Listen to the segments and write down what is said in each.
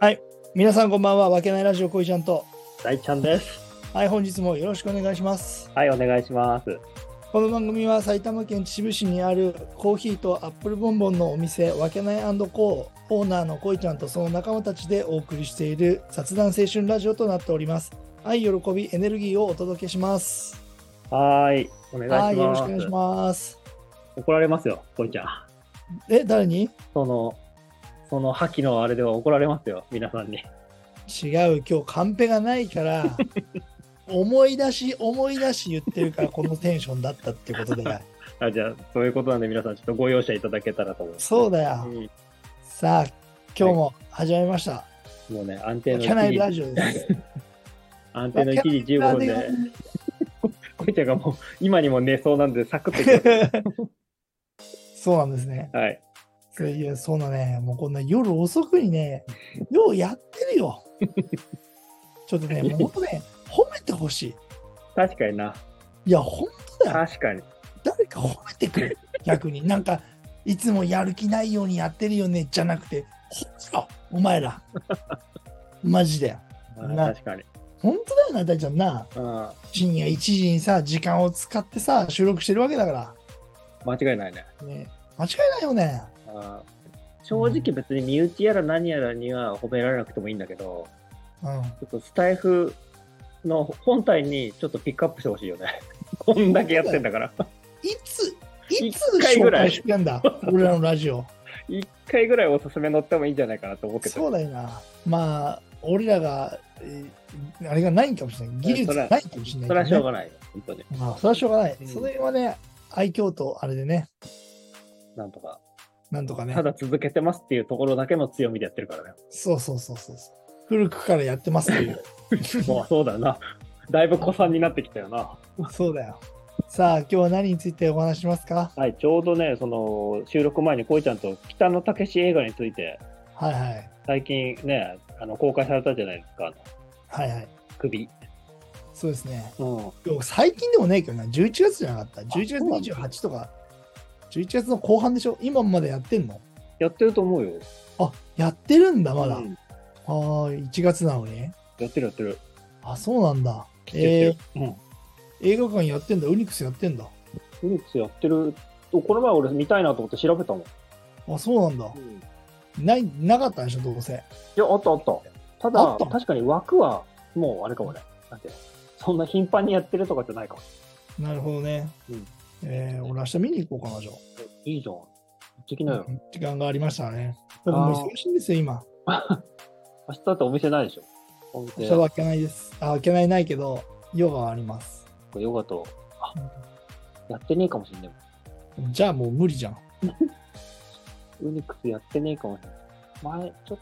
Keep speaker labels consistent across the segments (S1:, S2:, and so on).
S1: はい。皆さんこんばんは。わけないラジオ、こいちゃんと。
S2: 大ちゃんです。
S1: はい、本日もよろしくお願いします。
S2: はい、お願いします。
S1: この番組は埼玉県秩父市にあるコーヒーとアップルボンボンのお店、わけないコー、オーナーのこいちゃんとその仲間たちでお送りしている雑談青春ラジオとなっております。愛、喜び、エネルギーをお届けします。
S2: はーい、お願いします。
S1: はい、よろしくお願いします。
S2: 怒られますよ、こいちゃん。
S1: え、誰に
S2: その、その覇気のあれでは怒られますよ、皆さんに。
S1: 違う、今日カンペがない から、思い出し、思い出し言ってるから、このテンションだったってことだよ。
S2: あじゃあ、そういうことなんで皆さんちょっとご容赦いただけたらと思います。
S1: そうだよ。
S2: うん
S1: さあ、今日も始まりました。
S2: もうね、安定の
S1: キャナイラ
S2: 1時、
S1: ジオです。
S2: 安定の1時15分で、 こいちゃんがもう、今にも寝そうなんで、サクッといきま
S1: そうなんですね。
S2: す。はい。
S1: そういう、そうだね。もうこんな夜遅くにね、ようやってるよ。ちょっとね、もうほんとね、褒めてほしい。
S2: 確かにな。
S1: いや、ほんとだよ。
S2: 確かに。
S1: 誰か褒めてくれ。逆に。なんか、いつもやる気ないようにやってるよね、じゃなくて、ほんとよお前ら。マジで。
S2: あ
S1: な
S2: 確かに。
S1: ほんとだよな、大ちゃんな。
S2: うん。
S1: 深夜1時にさ、時間を使ってさ、収録してるわけだから。
S2: 間違いないね。
S1: ね、間違いないよね。
S2: あ正直別に身内やら何やらには褒められなくてもいいんだけど、
S1: う
S2: ちょっとスタイフの本体にちょっとピックアップしてほしいよね。 こんだけやってんだから。
S1: ん。いつ、いつ
S2: 一回
S1: 紹
S2: ぐらい
S1: 介してんだ、俺らのラジオ。
S2: 一回ぐらいおすすめ乗ってもいいんじゃないかなと思ってて
S1: そうだよな。まあ、俺らが、えーあれがないんかもしれない。技術
S2: そら
S1: ないかもしれないけど
S2: それは
S1: ね、
S2: しょうがないよ、本当に。
S1: まあ、それはしょうがない。
S2: うん
S1: それはね、愛嬌とあれでね、
S2: なんとか。
S1: なんとかね
S2: た。だ続けてますっていうところだけの強みでやってるからね。
S1: そうそうそうそうそう。古くからやってますって いう。
S2: もうそうだな。だいぶ子さんになってきたよな。
S1: そうだよ。さあ、今日は何についてお話しますか
S2: はい、ちょうどね、その収録前にこいちゃんと北野武史映画について、
S1: はいはい。
S2: 最近ね、あの公開されたじゃないですか、あの
S1: はいはい。
S2: 首。
S1: そうですね。
S2: うん。
S1: 今日最近でもねえけどな、11月じゃなかった。11月28とか、11月の後半でしょ今までやってんの
S2: やってると思うよ。
S1: あ、やってるんだ、まだ。あ
S2: うん
S1: あー、1月なのに。
S2: やってるやってる。
S1: あ、そうなんだ。
S2: や
S1: え
S2: ってる。うん。
S1: ー、映画館やってんだ、ウニクスやってんだ。
S2: フリックスやってる。この前俺見たいなと思って調べたもん。
S1: あ、そうなんだ。
S2: い
S1: ない、なかったんでしょ、どうせ。
S2: や、あったあった。た
S1: あ
S2: だ、
S1: った
S2: 確かに枠は、もうあれかもね。なんていうのそんな頻繁にやってるとかじゃないかも。
S1: なるほどね。
S2: うん
S1: えー、俺明日見に行こうかな、じゃ
S2: いいじゃん。行ってきな
S1: あ
S2: よ。
S1: 時間がありましたらね。僕もう忙しいんですよ、今。
S2: 明日だってお店ないでしょ。お
S1: 明
S2: 店
S1: 日、は開けないです。あ、開けないないけど、ヨガはあります。
S2: ヨガと、やってねえかもしんない。
S1: じゃあもう無理じゃん。
S2: ウニクスやってねえかもしんない。前、ちょっ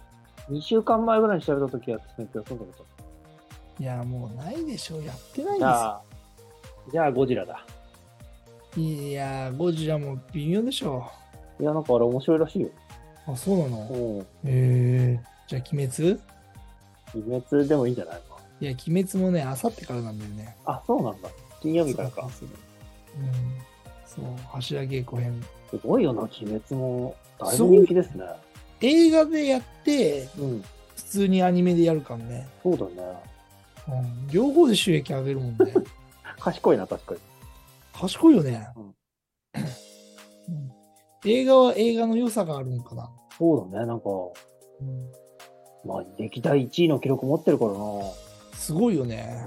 S2: と、2週間前ぐらいに調べた時やってたんだけど、そんなこと。
S1: いや、もうないでしょ、やってないんで
S2: じ
S1: すよ
S2: ゃあ、じゃあゴジラだ。
S1: いやー、ゴジラも微妙でしょ。
S2: いや、なんかあれ面白いらしいよ。
S1: あ、そうなの
S2: うん。
S1: えー、じゃあ、鬼滅
S2: 微滅でもいいんじゃないか。
S1: いや、鬼滅もね、あさってからなんだよね。
S2: あ、そうなんだ。金曜日からか。
S1: そうそううん。そう、柱稽古編。
S2: すごいよな、鬼滅も。だいぶ人気ですね。
S1: 映画でやって、
S2: うん、
S1: 普通にアニメでやるからね。
S2: そうだね。
S1: うん。両方で収益上げるもんね。
S2: 賢いな、確かに。
S1: 賢いよね。
S2: う
S1: うんん映画は映画の良さがあるのかな。
S2: そうだね、なんか、
S1: うん、
S2: まあ、歴代1位の記録持ってるからな。
S1: すごいよね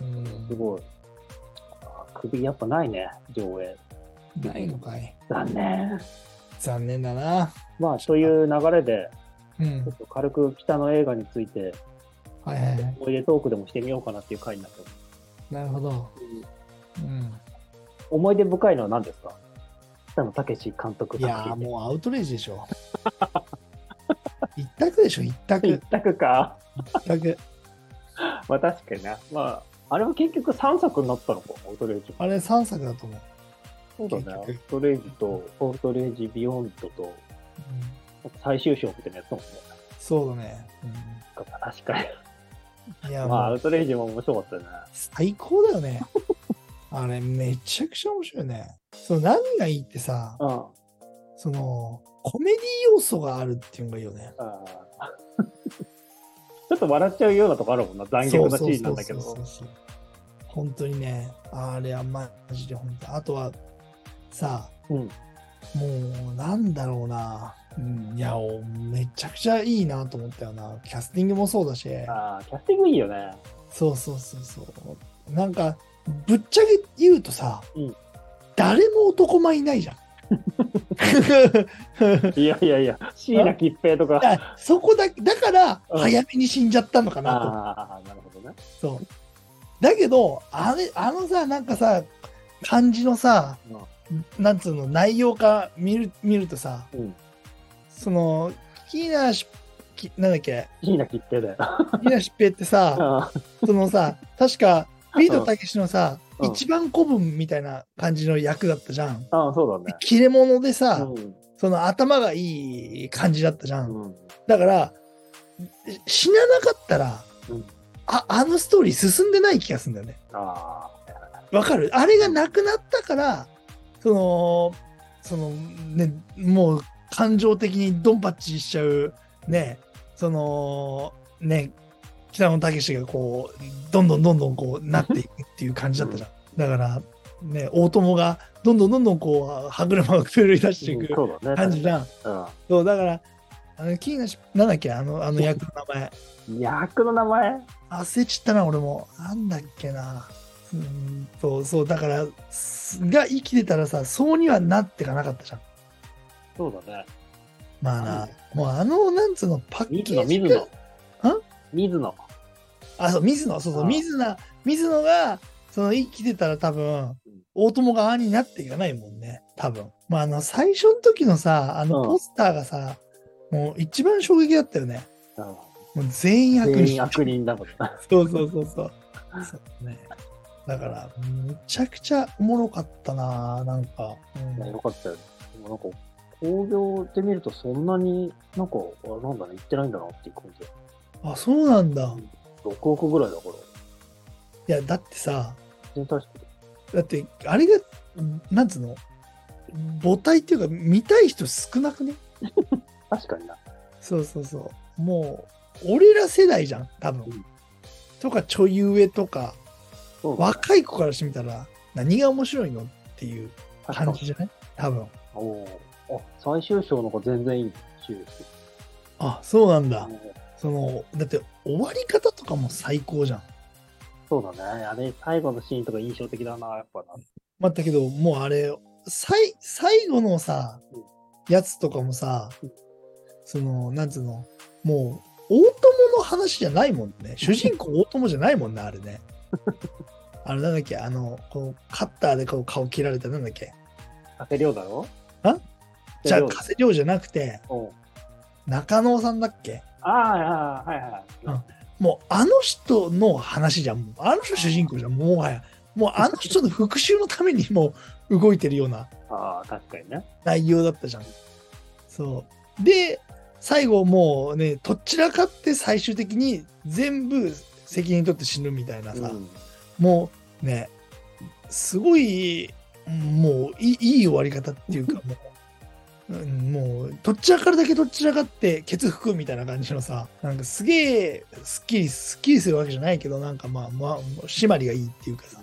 S2: う。
S1: うん
S2: ん、すごい。あ首やっぱないね、上映。
S1: ないのかい。
S2: 残念。
S1: 残念だな。
S2: まあ、という流れで、
S1: うん
S2: ちょ。っと軽く北の映画について、
S1: はいはいはい。
S2: 思い出トークでもしてみようかなっていう回になってます。
S1: なるほど。うん。
S2: 思い出深いのは何ですか北野武史監督
S1: いやーもうアウトレイジでしょ。一択でしょ、一択。
S2: 一
S1: 一
S2: 択か。
S1: 択。
S2: まあ、確かにな。まあ、あれは結局3作になったのか、オートレージ
S1: あれ3作だと思う。
S2: そうだね。
S1: 結
S2: ア
S1: 局
S2: ウトレイジと、オートレイジビヨンドと、
S1: うん
S2: 最終章みたいなやつだもんね。
S1: そうだね。
S2: 確かに。
S1: うんいや、
S2: まあ、ア
S1: もう
S2: ウトレイジも面白かったよね。
S1: 最高だよね。あれ、めちゃくちゃ面白いね。その何がいいってさ、
S2: うん。
S1: その、コメディ要素があるっていうのがいいよね。
S2: あ ちょっと笑っちゃうようなとこあるもんな、残虐なシーンなんだけど。
S1: そうそうそうそう本当にね、あれはマジで本当。あとは、さ
S2: うん。
S1: あ、もう、なんだろうな。うん、いや、おめちゃくちゃいいなと思ったよな。キャスティングもそうだし、
S2: ああ、キャスティングいいよね。
S1: そうそうそうそう。なんか、ぶっちゃけ言うとさ、
S2: うん
S1: 誰も男前いない じゃん。
S2: いやいやいや、椎名桔平と か。
S1: だからそこだけだから
S2: うん
S1: 早めに死んじゃったのかなと
S2: ああ、なるほどね。
S1: そう。だけど、あれ、あのさ、なんかさ、漢字のさ、なんつうの、内容から見る、見るとさ、
S2: うん。
S1: その、キーナし、きなんだっけ、
S2: 椎名桔平だよ。
S1: キーナ疾平ってさ、
S2: あ
S1: そのさ、確か、ビートたけしのさ、
S2: うん
S1: 一番古文みたいな感じの役だったじゃん。
S2: あ、そうだね。
S1: 切れ者でさ、
S2: うん
S1: その頭がいい感じだったじゃん。
S2: うん。
S1: だから、死ななかったら
S2: うん、
S1: あ、あのストーリー進んでない気がするんだよね。
S2: あ
S1: わかるあれがなくなったから、その、そのね、もう感情的にドンパッチしちゃう、ね、その、ね、北野武がこう、どんどんどんどんこうなっていくっていう感じだったじゃん。だから、ね、大友がどんどんどんどんこう、歯車を狂い出してい
S2: ー、
S1: く
S2: そうだね。
S1: 感じじゃん。そう、だから、あの、キーナし、なんだっけ、あの、あの役の名前。
S2: うん。役の名前
S1: 焦っちゃったな俺もなんだっけなうーんとそうだからすが生きてたらさそうにはなってかなかったじゃん
S2: そうだね。
S1: まあな、
S2: うん
S1: もうあのなんつうのパッケー
S2: 水
S1: ジ
S2: 野、
S1: が
S2: 水
S1: ん
S2: 野。水野。
S1: あそう水野そうそう
S2: ああ
S1: 水野水野がその生きてたら多分大友側になっていかないもんね多分まああの最初の時のさあの
S2: うん
S1: ポスターがさ、もう一番衝撃だったよね
S2: うん
S1: もう全員悪人
S2: 全員悪人だもん な。
S1: そうそうそうそう。そうね、だから、むちゃくちゃおもろかったな、なんか。うん
S2: いやよかったよね。でもなんか、興行で見るとそんなになんか、あなんだね、行ってないんだなっていう感じ。
S1: あ、そうなんだ。
S2: 6億ぐらいだから、
S1: いや、だってさ、
S2: 全体して
S1: だって、あれが、うんなんつうの母体っていうか、見たい人少なくね
S2: 確かにな。
S1: そうそうそう。もう、俺ら世代じゃん、多分。
S2: うん
S1: とか、ちょい上とか、
S2: そうだね
S1: 若い子からしてみたら、何が面白いのっていう
S2: 確か
S1: 感
S2: に
S1: じじゃない多分。
S2: おーあ、最終章の方が全然いい週ですね。
S1: あ、そうなんだ
S2: う。ん
S1: その、だって、終わり方とかも最高じゃん。
S2: そうだね。あれ、最後のシーンとか印象的だな、やっぱな。
S1: まあ、だけど、もうあれ、最、最後のさ、やつとかもさ
S2: うん、
S1: その、なんつうの、もう、大友の話じゃないもんね。主人公大友じゃないもんね、あれね。 あれなんだっけ、あの、こう、カッターでこう顔切られたなんだっけ。
S2: 加瀬亮だろ
S1: あじゃあ、
S2: 加瀬
S1: 加瀬亮じゃなくて、
S2: 亮うん
S1: 中野さんだっけ。
S2: ああ、はいはいはいはい。
S1: もう、あの人の話じゃん。もうあの人主人公じゃん、もはや。もう、あの人の復讐のためにもう動いてるような。
S2: ああ、確かにね。
S1: 内容だったじゃん。そう。で、最後もうね、とっちらかって最終的に全部責任取って死ぬみたいなさ、
S2: うん
S1: もうね、すごい、もういいいい終わり方っていうか、もう、うんもう、どっちらからだけどっちらかって、ケツ吹くみたいな感じのさ、なんかすげえ、すっきり、すっきりするわけじゃないけど、なんかまあ、まあ、締まりがいいっていうかさ、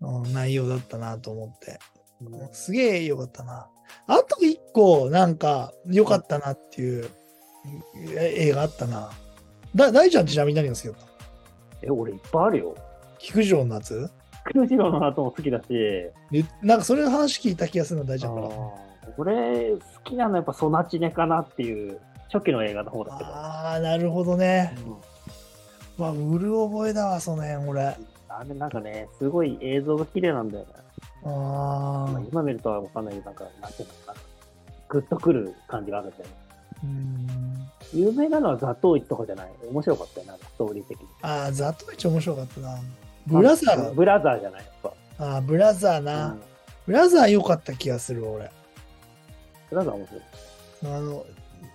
S1: うん内容だったなと思って。もうすげえ良かったな。あと一個、なんか、良かったなっていうえ映画あったな。だ、大ちゃんちなみに何が好きだった
S2: え、俺いっぱいあるよ。
S1: 菊次郎の夏
S2: 久次郎の後も好きだし、
S1: でなんかそれの話聞いた気がするの大ちゃんから。
S2: あー俺好きなのはやっぱソナチネかなっていう初期の映画の方だけど、
S1: ああー、なるほどね。
S2: うん
S1: わ、うる覚えだわ、その辺、俺。あ
S2: あれなんかねすごい映像が綺麗なんだよね、まあ
S1: あ、
S2: 今見るとは分かんないけどなんかなんていうのかなグッとくる感じがあるんだよね
S1: うん。
S2: 有名なのはザトウイチとかじゃない面白かったよなストーリー的に
S1: ああ、ザトウイチ面白かったな。ブラザー、
S2: ブラザーじゃないやっ
S1: ああ、ブラザー
S2: ぱ、
S1: な。
S2: うん
S1: ブラザー良かった気がする、俺。
S2: ブラザー面白い
S1: あの、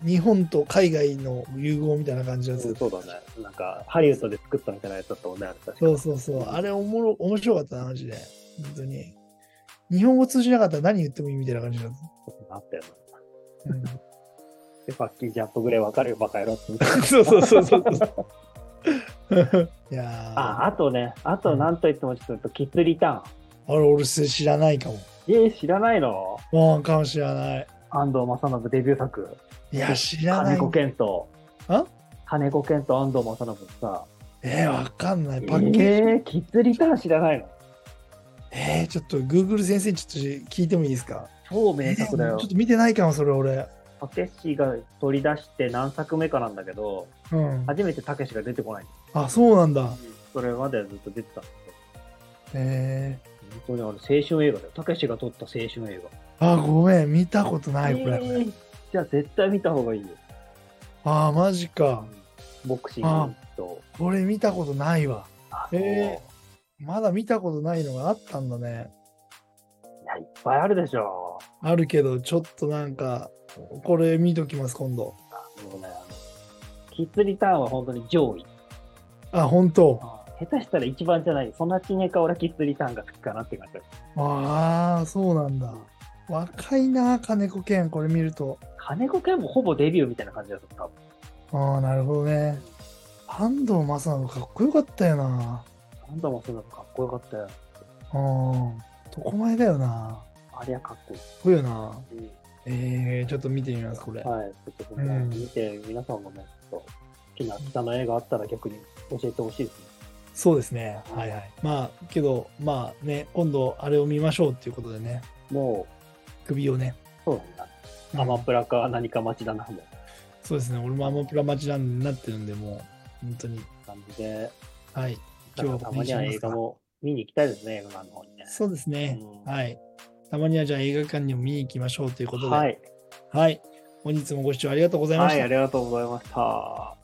S1: 日本と海外の融合みたいな感じのやつ。
S2: うんそうだねなんかハリウッドで作ったみたいなやつだったもんねあれ確か
S1: そうそうそう。あれおもろ、面白かったな、マジで。本当に。日本語通じなかったら何言ってもいいみたいな感じだった。
S2: あったよな
S1: うん
S2: で、ファッキージャンプぐらいわかるよ、バカ野郎って。
S1: そうそうそうそうそう。いやー
S2: あ、あとね、あとなんといってもちょっとキッズリタ
S1: あれ、俺それ知らないかも。
S2: ーン。えー、知らないの
S1: もうかもしれない。
S2: 安藤正信デビュー作。
S1: いや、知らな
S2: 金
S1: い。
S2: 子健と。
S1: ん
S2: 金子健と安藤正信さ。
S1: えー、わかんない。
S2: え
S1: パッケージ。
S2: ー、キッズリターン知らないの
S1: えー、ちょっと Google 先生にちょっと聞いてもいいですか
S2: 超
S1: え
S2: 名
S1: ーち
S2: 作だ
S1: ょ
S2: よ
S1: っ。と見てないかも、それ俺。
S2: たけしが取り出して何作目かなんだけど、
S1: うん。
S2: 初めてたけしが出てこない。
S1: あ、そうなんだ。
S2: それまではずっと出てたんですけど
S1: えー、
S2: 本当にあの青春映画だよ。たけしが撮った青春映画。
S1: あ、ごめん。見たことない、これ。
S2: えーじゃあ絶対見た方がいいよ。
S1: あー、マジか。
S2: ボクシングと。
S1: これ見たことないわ。
S2: あ
S1: へー
S2: そう
S1: まだ見たことないのがあったんだね。
S2: いや、いっぱいあるでしょ。
S1: あるけど、ちょっとなんか、これ見ときます、今度。
S2: もうね、あの、キッズリターンは本当に上位。
S1: あ、本当。
S2: 下手したら一番じゃない。そんなちねか俺はキッズリターンが好きかなって感じだよ。
S1: ああ、そうなんだ。若いな、金子健、これ見ると。
S2: 金子健もほぼデビューみたいな感じだった。多分
S1: ああ、なるほどね。安藤正信、かっこよかったよな。
S2: なんだもそんなかっこよかったよ。
S1: うん。男前だよな。
S2: あれはかっこいい。
S1: かっこいいよな。えー、ちょっと見てみます、これ。
S2: はい。ちょっとね、
S1: うん
S2: 見て、皆さんもね、ちょっと好きな北の映画あったら逆に教えてほしいですね。
S1: そうですね。はいはい。まあ、けど、まあね、今度、あれを見ましょうっていうことでね、
S2: も
S1: 首をね。
S2: う、そうだな。アマプラか何か待ちだな、もう。
S1: そうですね、俺もアマプラ待ちなんになってるんで、もう、本当に。
S2: 感じで、
S1: はい。今
S2: 今
S1: 日
S2: 日
S1: は
S2: たまには映画も見に行きたいですね、映画館の方にね。
S1: そうですね。
S2: うん
S1: はい。たまにはじゃあ映画館にも見に行きましょうということで。
S2: はい。
S1: はい。本日もご視聴ありがとうございま
S2: は
S1: し
S2: い、
S1: た
S2: あ。りがとうございました。